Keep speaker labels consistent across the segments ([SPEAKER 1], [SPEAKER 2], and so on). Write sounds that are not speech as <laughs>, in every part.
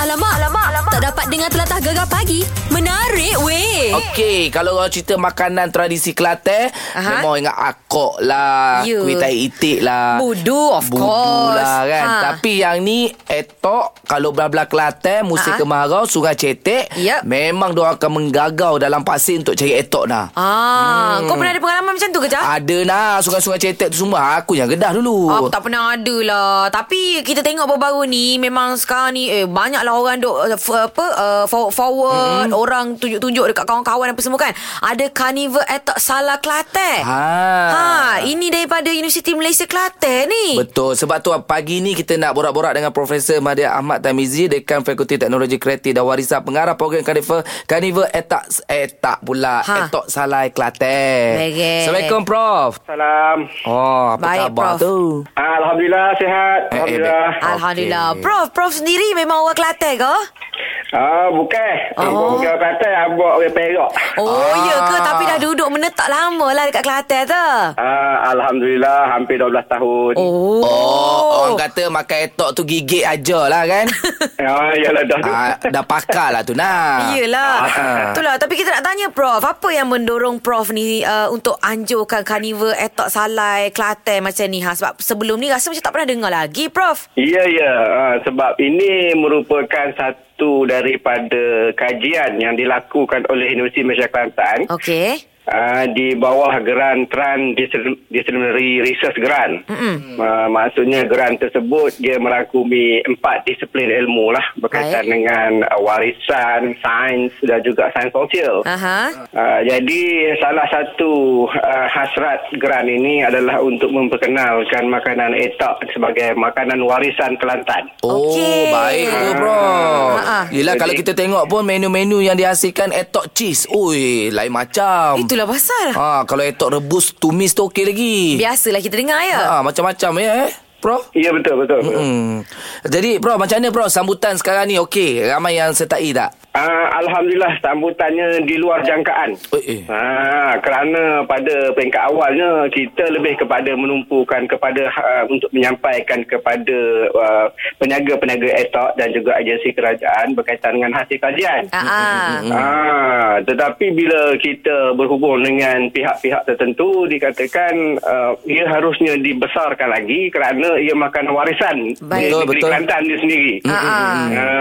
[SPEAKER 1] alamak, alamak, alamak. Tak dapat dengar telatah gegar pagi. Menarik
[SPEAKER 2] Eh.
[SPEAKER 1] weh.
[SPEAKER 3] Okey, kalau orang cerita makanan tradisi Kelantan,
[SPEAKER 2] Aha.
[SPEAKER 3] memang ingat akok lah,
[SPEAKER 2] You.
[SPEAKER 3] kuih tahi itik lah.
[SPEAKER 2] Budu, of
[SPEAKER 3] Budu
[SPEAKER 2] course.
[SPEAKER 3] lah kan.
[SPEAKER 2] Ha.
[SPEAKER 3] Tapi yang ni etok kalau belah-belah Kelantan, musim
[SPEAKER 2] Aha.
[SPEAKER 3] kemarau, sungai cetek,
[SPEAKER 2] Yep.
[SPEAKER 3] memang dia akan menggagau dalam pasir untuk cari etok
[SPEAKER 2] Ah,
[SPEAKER 3] dah.
[SPEAKER 2] hmm. kau pernah ada pengalaman macam tu ke Jah?
[SPEAKER 3] Ada nah sungai-sungai cetek tu semua aku yang gedah dulu.
[SPEAKER 2] Aku Oh, tak pernah ada lah Tapi kita tengok baru-baru ni Memang sekarang ni eh, Banyaklah orang duk uh, f- apa, uh, Forward-forward mm-hmm. Orang tunjuk-tunjuk Dekat kawan-kawan apa semua kan Ada carnival etok salah Kelantan ha. ha. Ini daripada Universiti Malaysia Kelantan ni
[SPEAKER 3] Betul. Sebab tu pagi ni kita nak borak-borak dengan Profesor Mahathir Ahmad Tamizi, Dekan Fakulti Teknologi Kreatif dan Warisan Pengarah Program Carnival Carnival Etak Etak pula.
[SPEAKER 2] Ha.
[SPEAKER 3] Ha. Etok Salai Kelantan.
[SPEAKER 2] Baik.
[SPEAKER 3] Assalamualaikum Prof.
[SPEAKER 4] Salam. Ah,
[SPEAKER 3] Oh, apa
[SPEAKER 2] Baik,
[SPEAKER 3] khabar
[SPEAKER 2] Prof.
[SPEAKER 3] tu?
[SPEAKER 4] Alhamdulillah sihat.
[SPEAKER 3] Eh, eh,
[SPEAKER 4] Alhamdulillah.
[SPEAKER 3] baik.
[SPEAKER 2] Alhamdulillah
[SPEAKER 3] Okey.
[SPEAKER 2] Prof, Prof sendiri memang orang Kelantan ke?
[SPEAKER 4] Ah bukan.
[SPEAKER 2] Oh.
[SPEAKER 4] Oh. Bukan orang kata abak orang Perak.
[SPEAKER 2] Oh,
[SPEAKER 3] Ah.
[SPEAKER 2] ya ke? Tapi dah duduk menetap lama lah dekat Kelantan tu
[SPEAKER 4] Ah alhamdulillah hampir 12 tahun.
[SPEAKER 2] Oh,
[SPEAKER 3] Oh, orang kata makan etok tu gigit aja lah
[SPEAKER 2] <laughs>
[SPEAKER 3] kan?
[SPEAKER 4] Ah yalah dah. Ah. <laughs>
[SPEAKER 3] ah, dah pakar lah tu nak.
[SPEAKER 2] Yelah
[SPEAKER 3] Ah.
[SPEAKER 2] Itulah Tapi kita nak tanya Prof Apa yang mendorong Prof ni uh, Untuk anjurkan Carnival Etok Salai Kelantan macam ni ha? Sebab sebelum ni Rasa macam tak pernah dengar lagi Prof
[SPEAKER 4] Ya ya ah, sebab ini merupakan satu daripada kajian yang dilakukan oleh Universiti Malaysia Kelantan
[SPEAKER 2] Okey
[SPEAKER 4] uh, di bawah geran Transdisciplinary Research Grant. Mm-hmm. Uh, maksudnya geran tersebut dia merangkumi empat disiplin ilmu lah berkaitan
[SPEAKER 2] Baik.
[SPEAKER 4] Baik. dengan uh, warisan, sains dan juga sains sosial.
[SPEAKER 2] Ah. Aha.
[SPEAKER 4] Uh, jadi salah satu uh, hasrat geran ini adalah untuk memperkenalkan makanan etak sebagai makanan warisan Kelantan.
[SPEAKER 3] Oh,
[SPEAKER 2] Okey. Ha,
[SPEAKER 3] okay. baik tu, bro.
[SPEAKER 2] Ha-ha.
[SPEAKER 3] Yelah, kalau kita tengok pun menu-menu yang dihasilkan etok cheese. Ui, lain macam.
[SPEAKER 2] Itulah pasal
[SPEAKER 3] Ah, kalau etok rebus, tumis tu okey lagi.
[SPEAKER 2] Biasalah kita dengar ya
[SPEAKER 3] Ah, macam-macam ya, eh, Prof.
[SPEAKER 4] Ya betul betul. betul.
[SPEAKER 3] Hmm. Jadi, Prof, macam mana, Prof, sambutan sekarang ni okey? Ramai yang sertai tak?
[SPEAKER 4] Uh, Alhamdulillah sambutannya di luar jangkaan.
[SPEAKER 3] Eh, eh.
[SPEAKER 4] Ha, kerana pada peringkat awalnya kita lebih kepada menumpukan kepada uh, untuk menyampaikan kepada uh, peniaga-peniaga etok dan juga agensi kerajaan berkaitan dengan hasil kajian.
[SPEAKER 2] Ah, ah.
[SPEAKER 4] Ah, tetapi bila kita berhubung dengan pihak-pihak tertentu dikatakan uh, ia harusnya dibesarkan lagi kerana ia makan warisan
[SPEAKER 2] Baik.
[SPEAKER 4] negeri
[SPEAKER 3] Betul, betul.
[SPEAKER 4] Kelantan dia sendiri.
[SPEAKER 2] Ah, ah.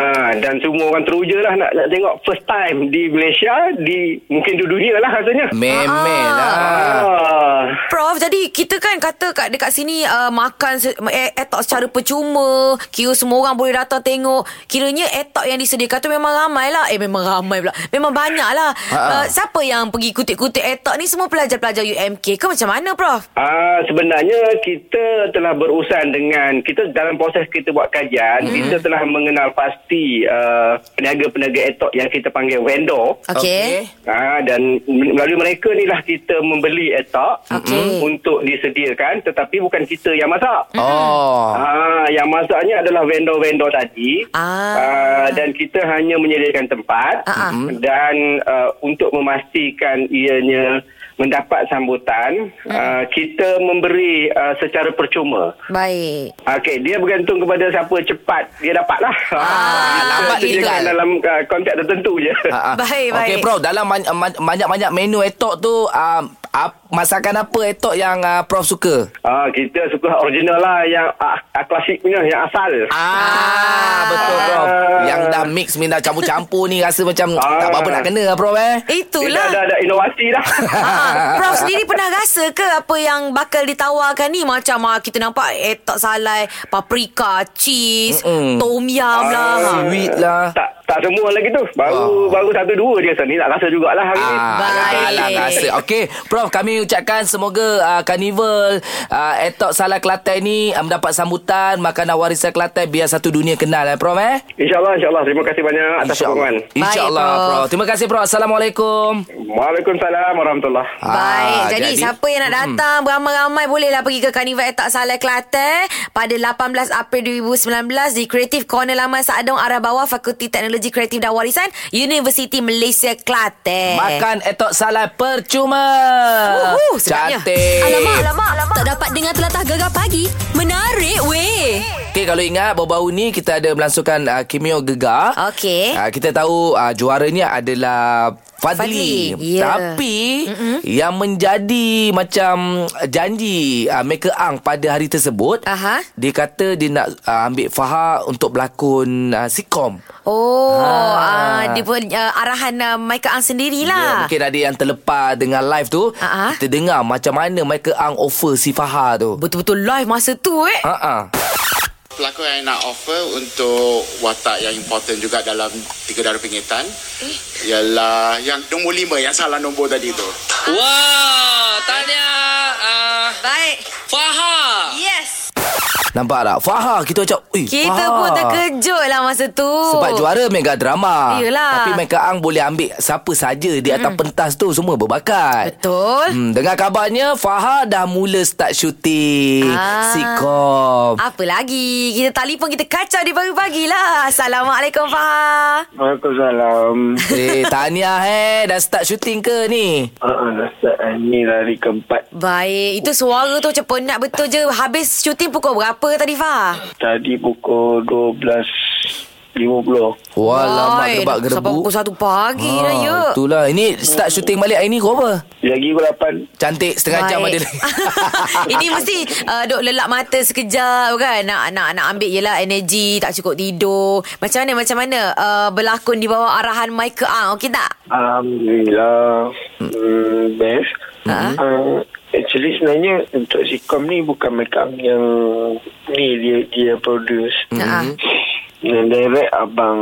[SPEAKER 4] Ah, dan semua orang teruja lah nak, nak tengok first time di Malaysia di mungkin di dunia lah rasanya.
[SPEAKER 3] Memel lah.
[SPEAKER 4] Ah.
[SPEAKER 2] Prof, jadi kita kan kata kat dekat sini uh, makan se- eh, etok secara percuma. Kira semua orang boleh datang tengok. Kiranya etok yang disediakan tu memang ramai lah. Eh, memang ramai pula. Memang banyak lah.
[SPEAKER 3] Ha-ha.
[SPEAKER 2] Uh, siapa yang pergi kutip-kutip etok ni semua pelajar-pelajar UMK ke macam mana, Prof?
[SPEAKER 4] Ah, sebenarnya kita telah berurusan dengan kita dalam proses kita buat kajian mm-hmm. kita telah mengenal pasti uh, peniaga-peniaga etok yang kita panggil vendor
[SPEAKER 2] Okey.
[SPEAKER 4] Ah, dan melalui mereka ni lah kita membeli etok
[SPEAKER 2] Okey.
[SPEAKER 4] untuk disediakan tetapi bukan kita yang masak.
[SPEAKER 3] Oh.
[SPEAKER 4] Ah, yang masaknya adalah vendor-vendor tadi.
[SPEAKER 2] Ah.
[SPEAKER 4] Ah, dan kita hanya menyediakan tempat
[SPEAKER 2] Ah, ah.
[SPEAKER 4] dan uh, untuk memastikan ianya mendapat sambutan,
[SPEAKER 2] Hmm.
[SPEAKER 4] uh, kita memberi uh, secara percuma.
[SPEAKER 2] Baik.
[SPEAKER 4] Okey, dia bergantung kepada siapa cepat dia dapatlah.
[SPEAKER 2] Ah, lambat
[SPEAKER 4] kita
[SPEAKER 2] dia
[SPEAKER 4] sediakan
[SPEAKER 3] tinggal.
[SPEAKER 4] dalam uh, konteks tertentu je.
[SPEAKER 3] Ah, ah.
[SPEAKER 2] Baik,
[SPEAKER 3] Okey,
[SPEAKER 2] baik.
[SPEAKER 3] Prof, dalam man- man- banyak-banyak menu etok tu, ah, ap- masakan apa etok yang ah, Prof suka?
[SPEAKER 4] <laughs> Ah, kita suka original lah yang ah, ah, klasik punya, yang asal.
[SPEAKER 3] Ah, betul Prof.
[SPEAKER 4] Ah.
[SPEAKER 3] Yang dah mix ni dah campur-campur ni rasa macam
[SPEAKER 4] Ah.
[SPEAKER 3] tak apa-apa nak kena lah, Prof eh.
[SPEAKER 4] Dia dah, dah,
[SPEAKER 2] Itulah.
[SPEAKER 4] dah inovasi dah.
[SPEAKER 2] <laughs> Ha, Prof sendiri pernah rasa ke apa yang bakal ditawarkan ni macam ah, kita nampak etok salai, paprika, cheese,
[SPEAKER 3] Mm-mm.
[SPEAKER 2] tom yum lah.
[SPEAKER 4] Ah,
[SPEAKER 3] Sweet lah.
[SPEAKER 4] tak tak semua lagi tu. Baru baru satu dua je Ustaz. ni nak rasa jugalah hari ni.
[SPEAKER 3] Ah,
[SPEAKER 2] Baik.
[SPEAKER 3] Alang rasa. Okey, Prof kami ucapkan semoga uh, Carnival uh, Etok Salah Kelantan ni uh, mendapat sambutan makanan warisan Kelantan biar satu dunia kenal eh Prof eh.
[SPEAKER 4] InsyaAllah, insyaAllah. Terima kasih banyak atas sokongan.
[SPEAKER 3] Insya-Allah
[SPEAKER 2] Baik,
[SPEAKER 3] Prof.
[SPEAKER 2] Prof.
[SPEAKER 3] Prof. Terima kasih Prof. Assalamualaikum.
[SPEAKER 4] Waalaikumsalam warahmatullahi
[SPEAKER 2] Baik,
[SPEAKER 3] Ah,
[SPEAKER 2] jadi, jadi siapa yang nak datang beramai-ramai bolehlah pergi ke Carnival Etak Salai Kelantan pada 18 April 2019 di Creative Corner Laman Sadong arah bawah Fakulti Teknologi Teknologi Kreatif dan Warisan Universiti Malaysia Kelantan.
[SPEAKER 3] Makan etok salai percuma.
[SPEAKER 2] Uhuh, sedapnya.
[SPEAKER 3] Cantik.
[SPEAKER 1] Alamak, alamak, alamak. Tak dapat dengar telatah gegar pagi. Menarik weh.
[SPEAKER 3] Okey kalau ingat baru-baru ni kita ada melangsungkan uh, Kimio Gegar.
[SPEAKER 2] Okey.
[SPEAKER 3] Uh, kita tahu uh, juaranya adalah Fadli.
[SPEAKER 2] Fadli, ya.
[SPEAKER 3] Tapi mm yang menjadi macam janji uh, Maker Ang pada hari tersebut,
[SPEAKER 2] Aha.
[SPEAKER 3] dia kata dia nak uh, ambil Fahar untuk berlakon uh, sitcom.
[SPEAKER 2] Oh,
[SPEAKER 3] Ah.
[SPEAKER 2] ah. dia pun uh, arahan uh, Michael Ang
[SPEAKER 3] Ya,
[SPEAKER 2] sendirilah.
[SPEAKER 3] mungkin ada yang terlepas dengan live tu.
[SPEAKER 2] Ah, ah.
[SPEAKER 3] Kita dengar macam mana Michael Ang offer si Fahar tu.
[SPEAKER 2] Betul-betul live masa tu eh.
[SPEAKER 3] Ha ah.
[SPEAKER 5] pelakon yang nak offer untuk watak yang important juga dalam Tiga Darah Pingitan ialah yang nombor lima, yang salah nombor tadi tu.
[SPEAKER 6] Wow, tanya uh,
[SPEAKER 2] Baik.
[SPEAKER 6] Fahar.
[SPEAKER 3] Ah.
[SPEAKER 2] Yes.
[SPEAKER 3] Nampak tak? Fahar kita macam, "Eh,
[SPEAKER 2] Kita
[SPEAKER 3] Fahar."
[SPEAKER 2] pun terkejut lah masa tu.
[SPEAKER 3] Sebab juara mega drama.
[SPEAKER 2] Yelah.
[SPEAKER 3] Tapi Mega Ang boleh ambil siapa saja di atas mm. pentas tu semua berbakat.
[SPEAKER 2] Betul.
[SPEAKER 3] Hmm, dengar kabarnya Fahar dah mula start syuting
[SPEAKER 2] Ah.
[SPEAKER 3] sitcom.
[SPEAKER 2] Apa lagi? Kita telefon kita kacau di pagi-pagi lah. Assalamualaikum Fahar.
[SPEAKER 7] Waalaikumsalam.
[SPEAKER 3] Eh, tahniah eh dah start syuting ke ni?
[SPEAKER 7] Uh, Ustaz, ini lari keempat.
[SPEAKER 2] Baik, itu suara tu macam penat betul je. Habis syuting pukul berapa tadi Fahar?
[SPEAKER 7] Tadi pukul 12.50.
[SPEAKER 3] Walamak
[SPEAKER 2] Oi,
[SPEAKER 3] gebak Ah,
[SPEAKER 2] Sampai
[SPEAKER 3] gerbu.
[SPEAKER 2] pukul 1 pagi dah ya.
[SPEAKER 3] Itulah. Ini start syuting balik hari ni kau apa?
[SPEAKER 7] Lagi pukul 8.
[SPEAKER 3] Cantik setengah jam ada
[SPEAKER 2] Baik.
[SPEAKER 3] lagi.
[SPEAKER 2] <laughs> Ini mesti uh, duk lelak mata sekejap kan nak nak nak ambil jelah energi tak cukup tidur. Macam mana macam mana uh, berlakon di bawah arahan Michael Ang okey tak?
[SPEAKER 7] Alhamdulillah. Hmm, Ah, best.
[SPEAKER 2] Ha?
[SPEAKER 7] Uh, actually sebenarnya untuk sitcom ni bukan makeup yang ni dia dia produce.
[SPEAKER 2] Ha.
[SPEAKER 7] Yang direct abang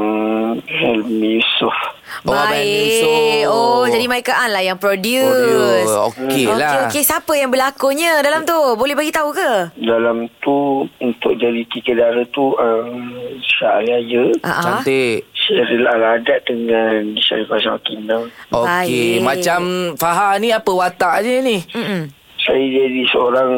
[SPEAKER 7] Helmi Yusof.
[SPEAKER 3] Oh, Abang
[SPEAKER 2] Baik.
[SPEAKER 3] Yusof.
[SPEAKER 2] Oh, jadi Michael Ang lah yang
[SPEAKER 3] Produce.
[SPEAKER 2] produce.
[SPEAKER 3] Okey lah.
[SPEAKER 2] Okey okey siapa yang berlakonnya dalam tu? Boleh bagi tahu ke?
[SPEAKER 7] Dalam tu untuk jadi tiga dara tu um, Syah Aliyah.
[SPEAKER 2] Ha ah.
[SPEAKER 3] Cantik.
[SPEAKER 7] Syahril Al-Adat dengan Syarifah Syakina.
[SPEAKER 3] Okey,
[SPEAKER 2] Baik.
[SPEAKER 3] macam Fahar ni apa watak dia ni?
[SPEAKER 7] Saya jadi seorang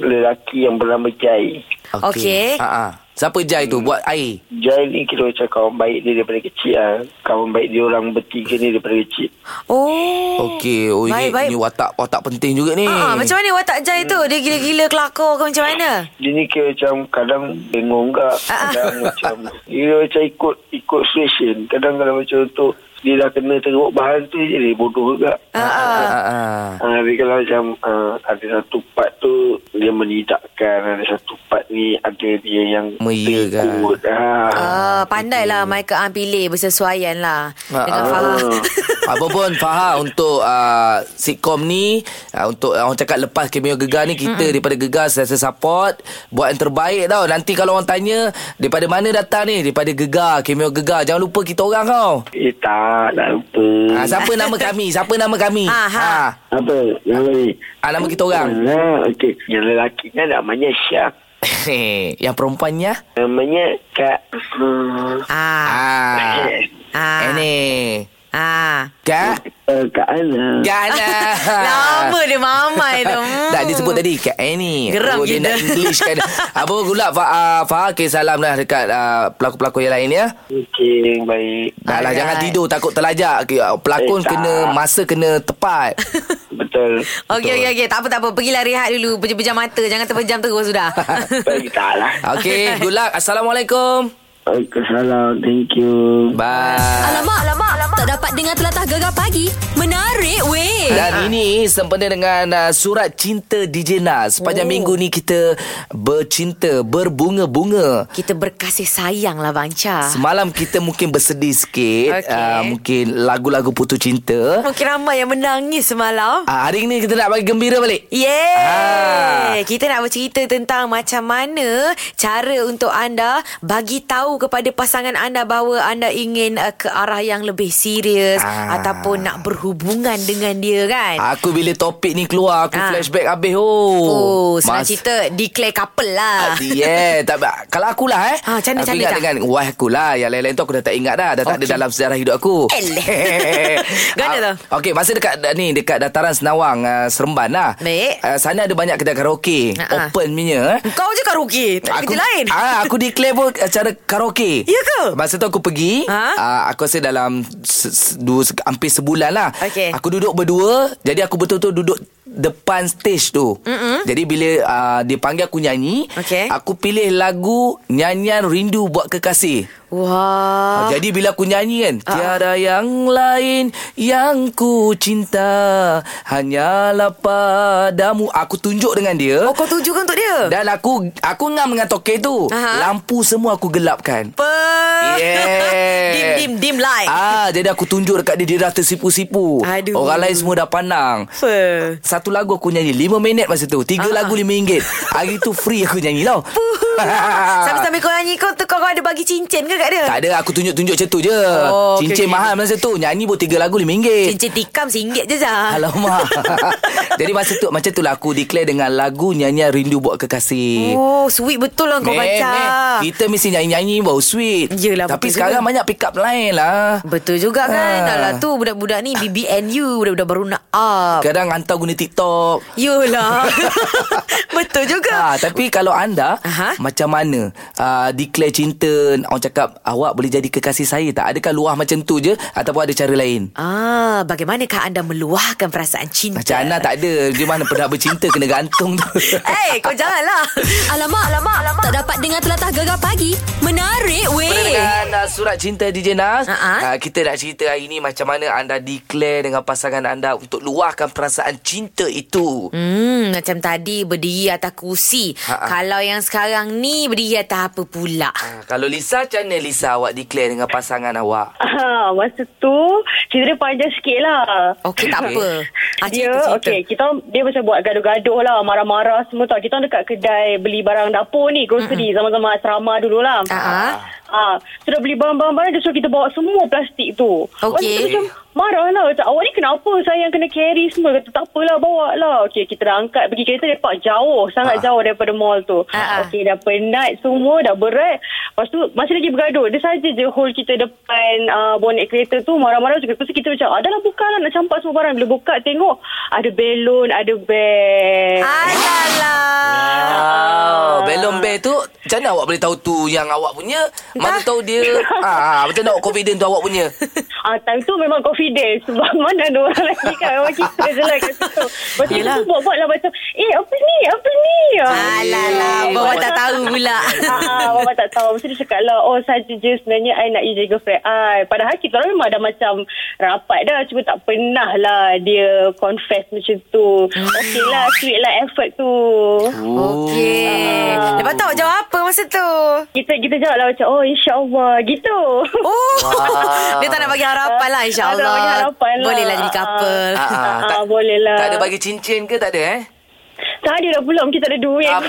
[SPEAKER 7] lelaki yang bernama Jai.
[SPEAKER 2] Okey.
[SPEAKER 3] Ha ah. Siapa Jai tu buat air?
[SPEAKER 7] Jai ni kita macam kawan baik dia daripada kecil lah. Kawan baik dia orang bertiga ni daripada kecil.
[SPEAKER 2] Oh.
[SPEAKER 3] Okey, oh ini,
[SPEAKER 2] Baik, baik.
[SPEAKER 3] ini watak watak penting juga ni.
[SPEAKER 2] Ah, macam mana watak Jai tu? Dia gila-gila kelakor ke macam mana?
[SPEAKER 7] Dia ni kira macam kadang bengong kak. Kadang macam dia macam ikut ikut situation. Kadang kadang macam tu dia dah kena teruk bahan tu je dia bodoh juga.
[SPEAKER 2] Ha ah.
[SPEAKER 3] Ah, ah.
[SPEAKER 7] Ha, dia kalau macam uh, ada satu part tu dia menidakkan, ada satu part ni ada dia yang
[SPEAKER 3] Meriakan.
[SPEAKER 7] terikut. Ha.
[SPEAKER 2] Ah, pandailah Michael Ang pilih bersesuaian lah
[SPEAKER 3] Ah,
[SPEAKER 2] dengan
[SPEAKER 3] ah. <laughs>
[SPEAKER 2] Farah.
[SPEAKER 3] Apa pun Fahar untuk uh, sitcom ni uh, Untuk uh, orang cakap lepas cameo Gegar ni Kita daripada Gegar sentiasa support Buat yang terbaik tau Nanti kalau orang tanya Daripada mana datang ni Daripada Gegar Cameo Gegar Jangan lupa kita orang tau
[SPEAKER 7] Eh tak, tak lupa.
[SPEAKER 3] ah, Siapa nama kami Siapa nama kami
[SPEAKER 2] Ah, ha.
[SPEAKER 3] Ah, <laughs>
[SPEAKER 7] Apa? Nama ni?
[SPEAKER 3] ah, Nama kita orang
[SPEAKER 7] Ha, okey. Yang lelaki kan namanya Syah.
[SPEAKER 3] Yang ah. perempuannya
[SPEAKER 7] Namanya Kak... Hmm,
[SPEAKER 2] Ah,
[SPEAKER 3] Ah,
[SPEAKER 2] ah,
[SPEAKER 3] ah. Ini
[SPEAKER 2] ah.
[SPEAKER 3] <laughs> Kak
[SPEAKER 7] uh, Kak Ana.
[SPEAKER 3] Gana
[SPEAKER 2] <laughs> Lama dia mamai tu. Hmm.
[SPEAKER 3] Tak dia sebut tadi Kat Annie
[SPEAKER 2] Geram
[SPEAKER 3] oh, Dia
[SPEAKER 2] kita.
[SPEAKER 3] nak English kan Apa pula Fa- ah, Fahar Okay salam lah Dekat ah, pelakon-pelakon yang lain ya
[SPEAKER 7] Okey, baik.
[SPEAKER 3] Dah lah
[SPEAKER 2] Alright.
[SPEAKER 3] jangan tidur Takut terlajak Okay, ah, Pelakon
[SPEAKER 7] Eh, tak.
[SPEAKER 3] kena Masa kena tepat
[SPEAKER 7] Betul.
[SPEAKER 2] Okey, okey, okey. Tak apa, tak apa. Pergilah rehat dulu. Pejam-pejam mata. Jangan terpejam terus
[SPEAKER 3] <laughs>
[SPEAKER 2] sudah.
[SPEAKER 7] Baik, tak lah.
[SPEAKER 3] Okay good luck Assalamualaikum
[SPEAKER 7] Waalaikumsalam. Thank you.
[SPEAKER 3] Bye
[SPEAKER 1] Alamak, alamak, alamak. Tak dapat dengar telatah gegar pagi. Menarik weh.
[SPEAKER 3] Dan ini sempena dengan uh, surat cinta DJ Nas. Sepanjang oh. minggu ni kita bercinta, berbunga-bunga.
[SPEAKER 2] Kita berkasih sayang lah, Bang Cha.
[SPEAKER 3] Semalam kita mungkin bersedih sikit.
[SPEAKER 2] Okey.
[SPEAKER 3] Uh, mungkin lagu-lagu putus cinta.
[SPEAKER 2] Mungkin ramai yang menangis semalam.
[SPEAKER 3] Uh, hari ni kita nak bagi gembira balik.
[SPEAKER 2] Yeay!
[SPEAKER 3] Ah.
[SPEAKER 2] Kita nak bercerita tentang macam mana cara untuk anda bagi tahu kepada pasangan anda bahawa anda ingin uh, ke arah yang lebih serius
[SPEAKER 3] Ah.
[SPEAKER 2] ataupun nak berhubungan dengan dia kan.
[SPEAKER 3] Aku bila topik ni keluar, aku
[SPEAKER 2] Ah.
[SPEAKER 3] flashback habis. Oh,
[SPEAKER 2] Oh, senang
[SPEAKER 3] Mas- Ah,
[SPEAKER 2] cerita declare couple lah. <laughs>
[SPEAKER 3] Yeah, tak apa. Kalau akulah eh.
[SPEAKER 2] Ah, macam mana, macam
[SPEAKER 3] aku
[SPEAKER 2] mana
[SPEAKER 3] ingat
[SPEAKER 2] tak?
[SPEAKER 3] dengan wife akulah. Yang lain-lain tu aku dah tak ingat dah. Dah tak ada
[SPEAKER 2] Okey.
[SPEAKER 3] dalam sejarah hidup aku. Ah,
[SPEAKER 2] Eleh.
[SPEAKER 3] <laughs>
[SPEAKER 2] Gana tu?
[SPEAKER 3] Okey, masa dekat ni dekat dataran Senawang, uh, Seremban lah.
[SPEAKER 2] Baik.
[SPEAKER 3] Uh, sana ada banyak kedai karaoke.
[SPEAKER 2] Ah, ah.
[SPEAKER 3] Open punya eh.
[SPEAKER 2] Kau je karaoke, kan tak ada kerja lain.
[SPEAKER 3] Ah, aku Ah, declare pun acara karaoke okey.
[SPEAKER 2] Ya ke?
[SPEAKER 3] Masa tu aku pergi,
[SPEAKER 2] Ha?
[SPEAKER 3] uh, aku rasa dalam se- se- dua, se- hampir sebulan lah.
[SPEAKER 2] Okey.
[SPEAKER 3] Aku duduk berdua, jadi aku betul-betul duduk depan stage tu. Mm-mm. Jadi bila uh, dia panggil aku nyanyi,
[SPEAKER 2] Okey.
[SPEAKER 3] aku pilih lagu nyanyian Rindu Buat Kekasih.
[SPEAKER 2] Wah.
[SPEAKER 3] Ah, Jadi bila aku nyanyi kan
[SPEAKER 2] Ah.
[SPEAKER 3] Tiada yang lain yang ku cinta Hanyalah padamu Aku tunjuk dengan dia
[SPEAKER 2] Oh, kau tuju kan untuk dia?
[SPEAKER 3] Dan aku aku ngam dengan tokek tu
[SPEAKER 2] Aha.
[SPEAKER 3] Lampu semua aku
[SPEAKER 2] <laughs>
[SPEAKER 3] gelapkan
[SPEAKER 2] Apa?
[SPEAKER 3] Yeah.
[SPEAKER 2] dim, dim, dim light.
[SPEAKER 3] Ah, jadi aku tunjuk dekat dia Dia dah tersipu-sipu
[SPEAKER 2] Aduh.
[SPEAKER 3] Orang lain semua dah pandang
[SPEAKER 2] Apa?
[SPEAKER 3] satu lagu aku nyanyi 5 minit masa tu Tiga
[SPEAKER 2] Ah.
[SPEAKER 3] lagu RM5 ringgit. Hari tu free aku
[SPEAKER 2] <laughs>
[SPEAKER 3] nyanyi tau
[SPEAKER 2] Sambil-sambil kau nyanyi kau tu kau, kau ada bagi cincin ke kat dia?
[SPEAKER 3] Ah. Tak ada aku tunjuk-tunjuk macam tu je
[SPEAKER 2] Oh, okey, okey.
[SPEAKER 3] Cincin mahal masa tu Nyanyi pun tiga lagu RM5 ringgit.
[SPEAKER 2] Cincin tikam RM1 je Zah. <laughs>
[SPEAKER 3] Alamak Jadi masa tu Macam tu lah aku declare Dengan lagu nyanyian Rindu Buat Kekasih
[SPEAKER 2] Oh, sweet betul lah kau
[SPEAKER 3] Meh,
[SPEAKER 2] baca.
[SPEAKER 3] meh. Kita mesti nyanyi-nyanyi Baru sweet
[SPEAKER 2] Yelah,
[SPEAKER 3] Tapi
[SPEAKER 2] betul
[SPEAKER 3] sekarang
[SPEAKER 2] juga.
[SPEAKER 3] banyak pick up lain lah
[SPEAKER 2] Betul juga kan.
[SPEAKER 3] Ah.
[SPEAKER 2] Alah tu budak-budak ni BBNU, budak-budak baru nak up.
[SPEAKER 3] Kadang hantar guna TikTok
[SPEAKER 2] Yolah. <laughs> betul juga.
[SPEAKER 3] Ha, tapi kalau anda
[SPEAKER 2] Aha.
[SPEAKER 3] Macam mana uh, Declare cinta Orang cakap Awak boleh jadi kekasih saya tak Adakah luah macam tu je Ataupun ada cara lain
[SPEAKER 2] Ah, bagaimanakah anda meluahkan perasaan cinta?
[SPEAKER 3] Macam Ana tak ada Dia mana pernah bercinta Kena gantung tu
[SPEAKER 2] <laughs> Eh, hey, kau janganlah.
[SPEAKER 1] Alamak, alamak, alamak. Tak dapat dengar telatah gegar pagi. Menarik
[SPEAKER 3] Bersama
[SPEAKER 1] weh.
[SPEAKER 3] dengan uh, surat cinta DJ Nas
[SPEAKER 2] Ha-ha.
[SPEAKER 3] uh, Kita nak cerita hari ni Macam mana anda declare Dengan pasangan anda Untuk luahkan perasaan cinta itu
[SPEAKER 2] Hmm, macam tadi berdiri atas kursi.
[SPEAKER 3] Ha, ha.
[SPEAKER 2] Kalau yang sekarang ni berdiri atas apa pula?
[SPEAKER 3] Ah, Kalau Lisa Macam mana Lisa Awak declare dengan pasangan awak
[SPEAKER 8] Ah, masa tu cerita dia panjang sikit lah.
[SPEAKER 2] Okey, tak apa. Ah,
[SPEAKER 8] dia,
[SPEAKER 2] cerita, cerita.
[SPEAKER 8] okay, kita orang- dia macam buat gaduh-gaduh lah, marah-marah semua tau. Kita orang dekat kedai beli barang dapur ni, grocery, zaman-zaman asrama dulu lah.
[SPEAKER 2] Ah, ah.
[SPEAKER 8] Ah, sudah beli barang-barang, dia suruh kita bawa semua plastik tu. Lepas tu
[SPEAKER 2] Okey.
[SPEAKER 8] dia macam marah lah, macam awak ni kenapa saya yang kena carry semua? Kata tak apalah, bawa lah. Okey, kita dah angkat pergi kereta, dia park jauh, sangat jauh daripada mall tu.
[SPEAKER 2] Ah, ah.
[SPEAKER 8] Okey, dah penat semua, dah berat. Lepas tu, masih lagi bergaduh. Dia saja je hold kita depan uh, bonet kereta tu, marah-marah juga. Lepas tu kita macam, adalah buka lah nak campak semua barang. Bila buka, tengok ada balon, ada beg.
[SPEAKER 2] Ah, Alalah.
[SPEAKER 3] Oh, Belum bear tu Macam mana awak boleh tahu tu Yang awak punya Mana tahu dia ah, ah, Macam mana awak confident tu awak punya
[SPEAKER 8] Ah, time tu memang confident <laughs> sebab mana ada orang lagi kan memang kita je lah kat situ. Lepas tu
[SPEAKER 2] Yelah.
[SPEAKER 8] kita buat-buat lah macam eh apa ni apa ni.
[SPEAKER 3] lah,
[SPEAKER 8] Eh,
[SPEAKER 2] Alalah, bawa tak tahu pula.
[SPEAKER 3] <laughs>
[SPEAKER 8] Ah, Bapak tak tahu Lepas tu dia cakap lah Oh saja je sebenarnya I nak you jadi girlfriend I Padahal kita orang memang dah macam Rapat dah Cuma tak pernah lah Dia confess macam tu Okay lah
[SPEAKER 3] Hmm.
[SPEAKER 8] Sweet lah effort tu
[SPEAKER 2] Okey. Lepas tu awak jawab apa masa tu?
[SPEAKER 8] Kita kita jawab lah macam Oh insyaAllah Gitu
[SPEAKER 2] Oh. Dia tak nak bagi harapan lah
[SPEAKER 8] Ah, tak
[SPEAKER 2] insyaAllah.
[SPEAKER 8] nak bagi harapan lah.
[SPEAKER 2] Boleh lah jadi
[SPEAKER 8] Ah, ah.
[SPEAKER 2] couple.
[SPEAKER 3] Ah, ah,
[SPEAKER 8] <laughs> Ah, boleh lah.
[SPEAKER 3] Tak ada bagi cincin ke tak ada eh
[SPEAKER 8] Tak ada dah pula Kita ada duit
[SPEAKER 3] Ah,
[SPEAKER 8] <laughs>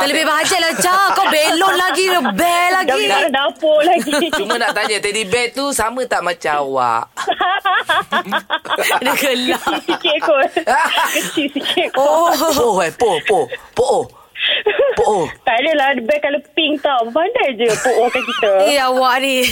[SPEAKER 2] <laughs> Terlebih bahagia lah Cak Kau belon lagi Rebel
[SPEAKER 8] Dah
[SPEAKER 2] Eh, lagi
[SPEAKER 8] pergi ke dapur lagi
[SPEAKER 3] Cuma nak tanya Teddy bear tu sama tak macam awak
[SPEAKER 2] Dia gelap
[SPEAKER 8] Kecil sikit
[SPEAKER 3] <laughs>
[SPEAKER 8] kot Kecil sikit kot
[SPEAKER 3] Oh, oh, eh, po, po, po, oh. po, oh.
[SPEAKER 8] <laughs> Tak adalah Dia bag kalau pink tau Pandai je Pokokkan
[SPEAKER 3] <laughs>
[SPEAKER 8] kita
[SPEAKER 2] Eh awak ni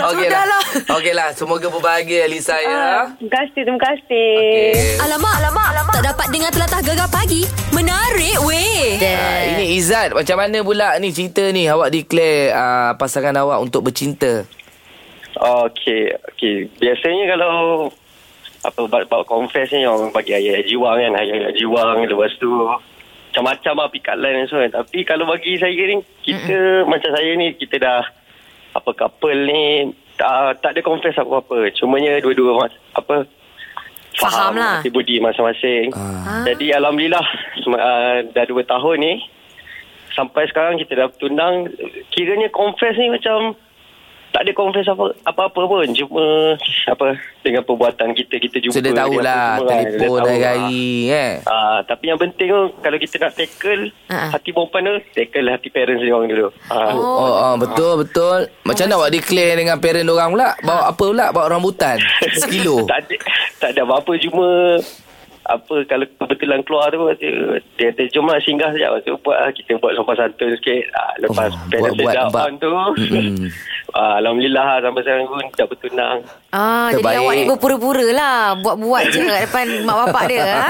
[SPEAKER 3] Okey lah.
[SPEAKER 2] Sudahlah
[SPEAKER 3] Okey lah. Semoga berbahagia Lisa
[SPEAKER 8] Ah,
[SPEAKER 3] ya.
[SPEAKER 8] Terima kasih Terima kasih
[SPEAKER 3] Okey.
[SPEAKER 1] Alamak, alamak, alamak. Tak dapat dengar telatah gegar pagi. Menarik weh.
[SPEAKER 3] Ah, ini Izzat Macam mana pula ni cerita ni Awak declare uh, pasangan awak untuk bercinta
[SPEAKER 9] Okey, okey. Biasanya kalau apa bab, bab confess ni orang bagi ayat-ayat jiwang kan, ayat-ayat jiwang lepas tu macam-macam lah pick up line dan so kan. Tapi kalau bagi saya ni, kita Mm-mm. macam saya ni kita dah apa couple ni tak, tak ada confess apa-apa. Cumanya dua-dua mas- apa
[SPEAKER 2] Faham lah.
[SPEAKER 9] hati budi masing-masing.
[SPEAKER 3] Ah.
[SPEAKER 9] Jadi alhamdulillah sem- uh, dah dua tahun ni sampai sekarang kita dah tunang kiranya confess ni macam tak ada confess apa apa-apa pun cuma apa dengan perbuatan kita kita jumpa
[SPEAKER 3] So dia tahulah lah,
[SPEAKER 9] kan.
[SPEAKER 3] Telefon hari-hari
[SPEAKER 8] kan?
[SPEAKER 3] eh.
[SPEAKER 9] Ah, tapi yang penting tu kalau kita nak tackle
[SPEAKER 2] Ah.
[SPEAKER 9] uh hati perempuan tu tackle lah hati parents dia orang dulu. Ah.
[SPEAKER 3] Oh, oh, oh betul betul. Macam mana awak declare dengan parent orang pula? Bawa apa pula? Bawa <laughs> rambutan. Sekilo.
[SPEAKER 9] tak ada tak ada apa-apa cuma apa kalau kebetulan keluar tu dia, dia kata jom lah singgah sekejap Lepas tu buat lah, kita buat sopan santun sikit ah, lepas
[SPEAKER 3] Oh,
[SPEAKER 9] oh, parents
[SPEAKER 3] buat-buat
[SPEAKER 9] sedap <laughs>
[SPEAKER 3] nampak.
[SPEAKER 9] on tu
[SPEAKER 3] Mm-mm.
[SPEAKER 10] Ah, Alhamdulillah lah, sampai sekarang pun dah
[SPEAKER 9] <laughs>
[SPEAKER 10] bertunang.
[SPEAKER 2] Ah, jadi
[SPEAKER 8] Terbaik.
[SPEAKER 2] awak ni berpura-pura lah. Buat-buat je kat
[SPEAKER 8] <laughs>
[SPEAKER 2] depan mak bapak dia. Ha?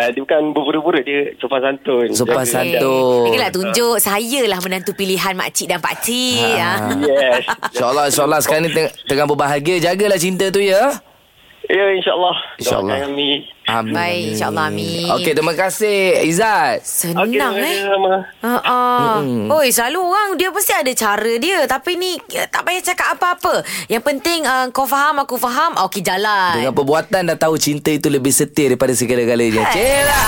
[SPEAKER 10] Ah, dia bukan berburu-buru, dia sopan santun.
[SPEAKER 8] Sopan
[SPEAKER 10] Dia-
[SPEAKER 8] santun.
[SPEAKER 2] Yelah tunjuk saya lah menantu pilihan makcik dan pakcik.
[SPEAKER 8] Ah.
[SPEAKER 2] Ha.
[SPEAKER 10] Yes.
[SPEAKER 8] InsyaAllah, insyaAllah sekarang ni teng- tengah berbahagia. Jagalah cinta tu ya.
[SPEAKER 10] Ya, insyaAllah.
[SPEAKER 8] InsyaAllah.
[SPEAKER 10] Doakan kami.
[SPEAKER 8] Amin.
[SPEAKER 2] Baik,
[SPEAKER 8] amin.
[SPEAKER 2] insyaAllah, amin.
[SPEAKER 8] Okey, terima kasih
[SPEAKER 10] Okey,
[SPEAKER 8] Izzat.
[SPEAKER 2] Senang
[SPEAKER 10] terima
[SPEAKER 2] eh.
[SPEAKER 10] kasih sama.
[SPEAKER 2] Uh, uh. Oi, selalu orang dia mesti ada cara dia. Tapi ni eh, tak payah cakap apa-apa. Yang penting uh, kau faham, aku faham. Okey, jalan.
[SPEAKER 8] Dengan perbuatan dah tahu cinta itu lebih setia daripada
[SPEAKER 2] Eh.
[SPEAKER 8] segala-galanya. Cik.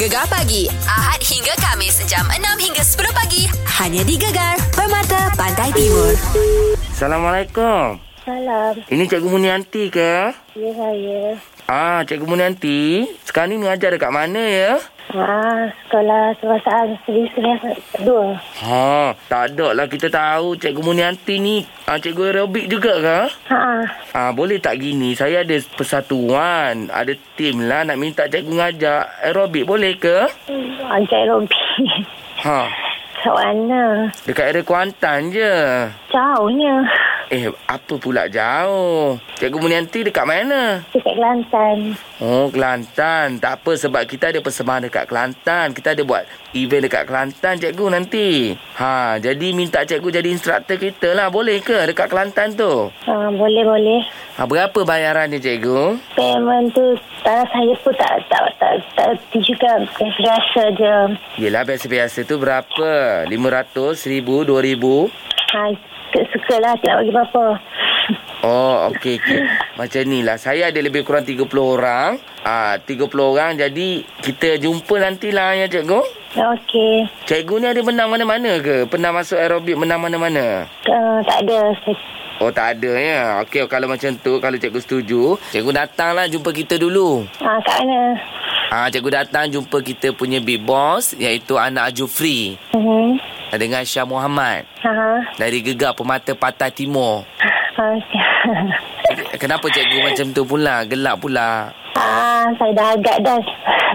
[SPEAKER 11] Gegar pagi Ahad hingga Kamis Jam 6 hingga 10 pagi Hanya di Gegar Permata Pantai Timur
[SPEAKER 3] Assalamualaikum.
[SPEAKER 12] Salam.
[SPEAKER 3] Ini Cikgu Munianti ke?
[SPEAKER 12] Ya, saya.
[SPEAKER 3] Ah, Cikgu Munianti. Sekarang ni mengajar dekat mana ya?
[SPEAKER 12] Ah, sekolah perasaan Seri Sungai Dua.
[SPEAKER 3] Ha, tak ada lah kita tahu Cikgu Munianti ni ah, cikgu aerobik juga ke?
[SPEAKER 12] Ha.
[SPEAKER 3] Ah, boleh tak gini? Saya ada persatuan, ada tim lah nak minta cikgu ngajar aerobik boleh ke?
[SPEAKER 12] Ajak Robi. <laughs>
[SPEAKER 3] Ha,
[SPEAKER 12] Kat mana?
[SPEAKER 3] dekat area Kuantan je.
[SPEAKER 12] Jauhnya.
[SPEAKER 3] Eh, apa pula jauh? Cikgu Munianti dekat mana?
[SPEAKER 12] Dekat Kelantan.
[SPEAKER 3] Oh, Kelantan. Tak apa sebab kita ada persembahan dekat Kelantan. Kita ada buat event dekat Kelantan, cikgu nanti. Ha, jadi minta cikgu jadi instruktor kita lah. Boleh ke dekat Kelantan tu?
[SPEAKER 12] Ha, boleh, boleh.
[SPEAKER 3] Ha, berapa bayarannya, cikgu?
[SPEAKER 12] Payment tu tanah saya pun tak tak tak tak itu juga biasa je.
[SPEAKER 3] Yelah, biasa-biasa tu berapa? 500, 1000, 2000?
[SPEAKER 12] Ha, suka lah tak nak bagi berapa.
[SPEAKER 3] Oh, okey, okey. Macam ni lah. Saya ada lebih kurang 30 orang. Ah, 30 orang. Jadi, kita jumpa nantilah ya, cikgu.
[SPEAKER 12] <laughs> Okey.
[SPEAKER 3] Cikgu ni ada menang mana-mana ke? Pernah masuk aerobik menang mana-mana?
[SPEAKER 12] Uh, tak ada.
[SPEAKER 3] Oh tak ada ya. Okey kalau macam tu kalau cikgu setuju, cikgu datanglah jumpa kita dulu.
[SPEAKER 12] Ha, kat mana?
[SPEAKER 3] Ah ha, cikgu datang jumpa kita punya big boss iaitu anak Jufri
[SPEAKER 12] Uh-huh.
[SPEAKER 3] dengan Syah Muhammad
[SPEAKER 12] Ha.
[SPEAKER 3] dari Gegar Permata Pantai Timur.
[SPEAKER 12] Ha. <laughs>
[SPEAKER 3] Eh, Kenapa cikgu macam tu pula? Gelap pula.
[SPEAKER 12] Ah, saya dah agak dah.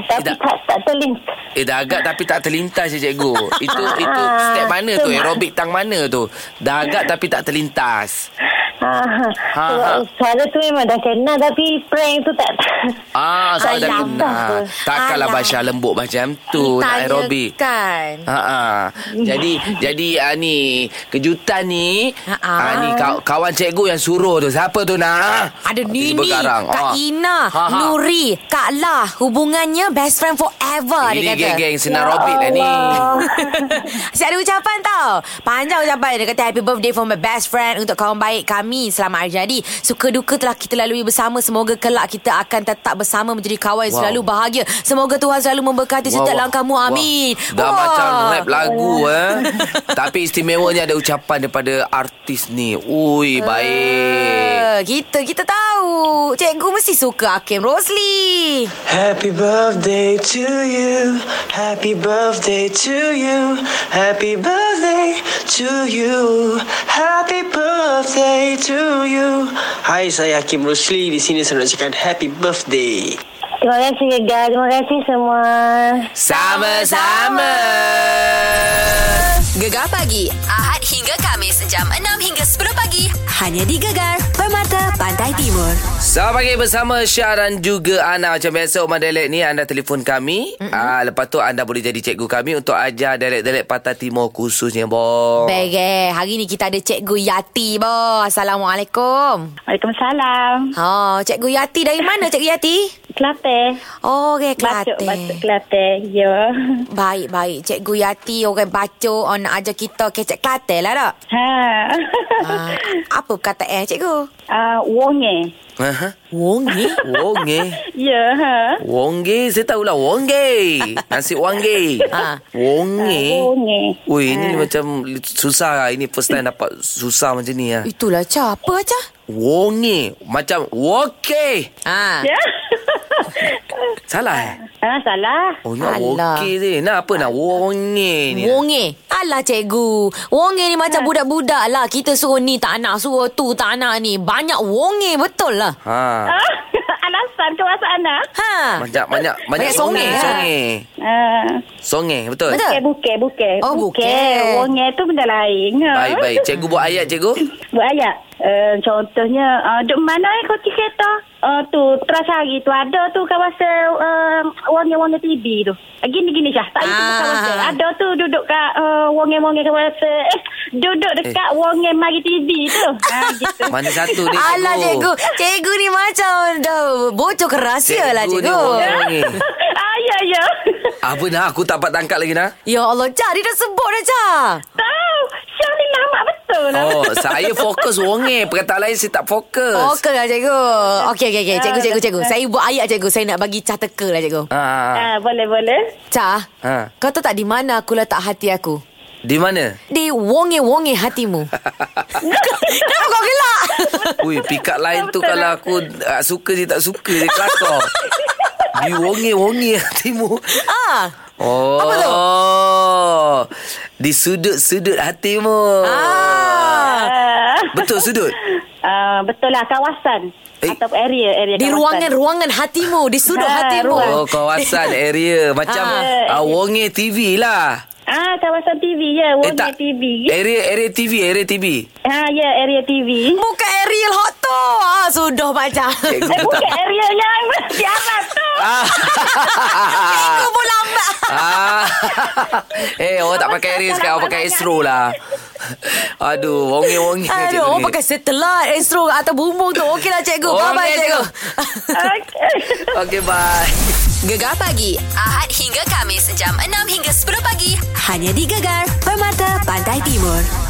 [SPEAKER 12] Tapi
[SPEAKER 3] Tidak.
[SPEAKER 12] tak tak terlink.
[SPEAKER 3] Eh dah agak tapi tak terlintas ya cikgu. Itu itu step mana tu? Aerobik tang mana tu? Dah agak tapi tak terlintas.
[SPEAKER 12] Ah,
[SPEAKER 3] Ha,
[SPEAKER 12] ha,
[SPEAKER 3] ha.
[SPEAKER 12] Suara tu memang dah kenal tapi prank tu tak. <laughs>
[SPEAKER 3] Ah, soal dah
[SPEAKER 12] Alah.
[SPEAKER 3] kenal. Takkanlah
[SPEAKER 2] Alah.
[SPEAKER 3] Basya lembut macam tu nak aerobik.
[SPEAKER 2] Kan.
[SPEAKER 3] Ha ah. Jadi jadi ah, ni kejutan ni
[SPEAKER 2] Ha,
[SPEAKER 3] ha
[SPEAKER 2] ah.
[SPEAKER 3] ah, ni kaw- kawan cikgu yang suruh tu. Siapa tu nak?
[SPEAKER 2] Ada
[SPEAKER 3] Tiba
[SPEAKER 2] Nini,
[SPEAKER 3] garang.
[SPEAKER 2] Kak
[SPEAKER 3] Ah.
[SPEAKER 2] Ina,
[SPEAKER 3] Ha, ha.
[SPEAKER 2] Nuri, Kak Lah. Hubungannya best friend forever dia
[SPEAKER 3] Ini
[SPEAKER 2] kata.
[SPEAKER 3] geng-geng
[SPEAKER 2] <laughs>
[SPEAKER 3] senarobik lah ni.
[SPEAKER 2] Asyik ada ucapan tau Panjang ucapan Dia kata happy birthday for my best friend Untuk kawan baik kami Selamat Arjadi Suka duka telah kita lalui bersama Semoga kelak kita akan tetap bersama Menjadi kawan yang
[SPEAKER 3] Wow.
[SPEAKER 2] selalu bahagia Semoga Tuhan selalu memberkati
[SPEAKER 3] Wah,
[SPEAKER 2] setiap
[SPEAKER 3] wah.
[SPEAKER 2] langkahmu
[SPEAKER 3] Wah.
[SPEAKER 2] Amin
[SPEAKER 3] Dah
[SPEAKER 2] Wah.
[SPEAKER 3] macam rap
[SPEAKER 2] <laughs>
[SPEAKER 3] lagu eh. Tapi istimewanya ada ucapan daripada artis ni. Ui,
[SPEAKER 2] Eh,
[SPEAKER 3] baik.
[SPEAKER 2] Kita kita tahu Cikgu mesti suka Hakim Rosli
[SPEAKER 7] Happy birthday to you. Happy birthday to you. Happy birthday to you. Happy birthday to you. Hai, saya Hakim Rusli. Di sini saya nak cakap happy birthday.
[SPEAKER 12] Terima kasih Gegar. Terima kasih semua.
[SPEAKER 3] Sama-sama.
[SPEAKER 11] Gegar pagi Ahad hingga Kamis Jam 6 hingga 10 pagi Hanya di Gegar Permata Pantai Timur
[SPEAKER 8] Selamat pagi bersama Syah dan juga Ana. Macam biasa Umar Dialek ni anda telefon kami. Mm-hmm. Ah, lepas tu anda boleh jadi cikgu kami untuk ajar dialek-dialek Pantai Timur khususnya, Bo.
[SPEAKER 2] Baik eh Hari ni kita ada Cikgu Yati bo. Assalamualaikum
[SPEAKER 12] Waalaikumsalam.
[SPEAKER 2] Oh, Cikgu Yati dari mana Cikgu Yati?
[SPEAKER 12] Kelate.
[SPEAKER 2] Oh, okay, Kelantan.
[SPEAKER 12] Batuk, batuk Kelate. Ya.
[SPEAKER 2] Baik, baik. Cikgu Yati orang bacok, orang nak ajar kita kecek Kelantan lah
[SPEAKER 12] <laughs>
[SPEAKER 2] tak?
[SPEAKER 12] Ha.
[SPEAKER 8] <laughs>
[SPEAKER 2] Ah, apa perkataan cikgu?
[SPEAKER 12] Ah, wong eh.
[SPEAKER 8] Aha.
[SPEAKER 2] Wongi?
[SPEAKER 8] Wong eh.
[SPEAKER 12] Ya, ha.
[SPEAKER 8] Wongge, saya
[SPEAKER 2] <laughs>
[SPEAKER 8] tahulah Wongge. Nasi Wangge.
[SPEAKER 2] Ha.
[SPEAKER 8] Ha. Wongge.
[SPEAKER 12] Wong eh.
[SPEAKER 8] Ui, ini macam susah lah. Ini first time dapat susah macam ni
[SPEAKER 3] eh.
[SPEAKER 8] lah.
[SPEAKER 2] Itulah Cha. Apa Cha?
[SPEAKER 8] Wonge. Macam woke.
[SPEAKER 2] Ah.
[SPEAKER 12] <laughs> Ya.
[SPEAKER 8] Salah eh?
[SPEAKER 12] Ah, salah.
[SPEAKER 8] Oh, nak
[SPEAKER 2] Alah.
[SPEAKER 8] woke je. Nak apa nak wonge ni?
[SPEAKER 3] lah.
[SPEAKER 2] Wonge. Alah cikgu. Wonge ni macam budak-budak lah. Kita suruh ni tak nak, suruh tu tak nak ni. Banyak wonge betul lah.
[SPEAKER 12] <laughs>
[SPEAKER 8] Ha.
[SPEAKER 12] Ah, Alah, kawasan kawasan lah.
[SPEAKER 2] Ha.
[SPEAKER 3] Banyak banyak banyak
[SPEAKER 12] Banyak
[SPEAKER 3] songe
[SPEAKER 12] songai lah.
[SPEAKER 3] songe.
[SPEAKER 12] Uh,
[SPEAKER 3] Songe betul.
[SPEAKER 12] Bukan, bukan, bukan. Oh,
[SPEAKER 3] bukan.
[SPEAKER 12] Wongnya eh tu benda lain. ha.
[SPEAKER 3] Baik baik. Cikgu buat ayat cikgu.
[SPEAKER 12] Buat ayat. Uh, contohnya, uh, duk mana eh kau kereta? Uh, tu, teras hari tu ada tu kawasan uh, wongnya-wongnya TV tu. Ah, Gini-gini Syah. Tak itu ah. kawasan. Ada tu duduk kat uh, wongnya-wongnya kawasan. Eh, duduk dekat eh. wongnya mari TV <laughs> tu. ha, gitu.
[SPEAKER 3] Mana satu ni,
[SPEAKER 2] Alah
[SPEAKER 3] cikgu?
[SPEAKER 2] cikgu Cikgu ni macam Dah bocor ke rahsia lah
[SPEAKER 3] Cikgu ni
[SPEAKER 2] cikgu
[SPEAKER 3] orang ni.
[SPEAKER 12] Ah, ya, ya.
[SPEAKER 3] Apa nak aku tak dapat tangkap lagi nak.
[SPEAKER 2] Ya Allah Cah dia dah sebut dah Cah
[SPEAKER 12] Tahu Syah ni lama betul lah
[SPEAKER 3] Oh, saya fokus wonge. Perkataan lain saya tak fokus.
[SPEAKER 2] Okey lah cikgu Okey okey okey Cikgu cikgu cikgu Saya buat ayat cikgu Saya nak bagi Cah teka lah cikgu
[SPEAKER 3] Ah.
[SPEAKER 12] boleh boleh
[SPEAKER 2] Cah
[SPEAKER 3] Ha.
[SPEAKER 2] Kau tahu tak di mana aku letak hati aku
[SPEAKER 3] Di mana?
[SPEAKER 2] Di wonge-wonge
[SPEAKER 3] <laughs>
[SPEAKER 2] hatimu Kenapa kau gelak
[SPEAKER 3] Ui, pikat lain tu kalau aku uh, suka je tak suka je kelakar. Di wonge-wonge <laughs> hatimu.
[SPEAKER 2] Ah,
[SPEAKER 3] Oh. Apa tu? Oh, Di sudut-sudut hatimu.
[SPEAKER 12] Ah.
[SPEAKER 3] Betul
[SPEAKER 12] <laughs>
[SPEAKER 3] sudut?
[SPEAKER 12] Ah, betul lah kawasan eh. atau area area
[SPEAKER 2] Di ruangan-ruangan hatimu Di sudut hatimu
[SPEAKER 3] Oh, kawasan area. Macam
[SPEAKER 12] Ah.
[SPEAKER 3] ah. uh, wonge TV lah.
[SPEAKER 12] Ah, kawasan TV ya, Wonge eh, TV.
[SPEAKER 3] Area area TV, area TV.
[SPEAKER 12] Ha, ya, area TV.
[SPEAKER 2] Bukan Ariel Hot tu. Ah, sudah macam.
[SPEAKER 3] Cikgu Eh, bukan tak-
[SPEAKER 12] area yang siapa tu.
[SPEAKER 2] Cikgu pun
[SPEAKER 3] <laughs>
[SPEAKER 2] lambat.
[SPEAKER 3] ah. Eh, orang tak pakai area sekarang. Orang pakai Astro lah. <laughs> Aduh, wonge-wonge.
[SPEAKER 2] Aduh, orang pakai eh, satelit, astro atau bumbung tu. Okeylah cikgu.
[SPEAKER 3] Oh, Okey,
[SPEAKER 2] Bye-bye <laughs> cikgu.
[SPEAKER 3] Okay, bye.
[SPEAKER 1] Gegar pagi Ahad hingga Kamis jam 6 hingga 10 pagi hanya di Gegar Permata Pantai Timur.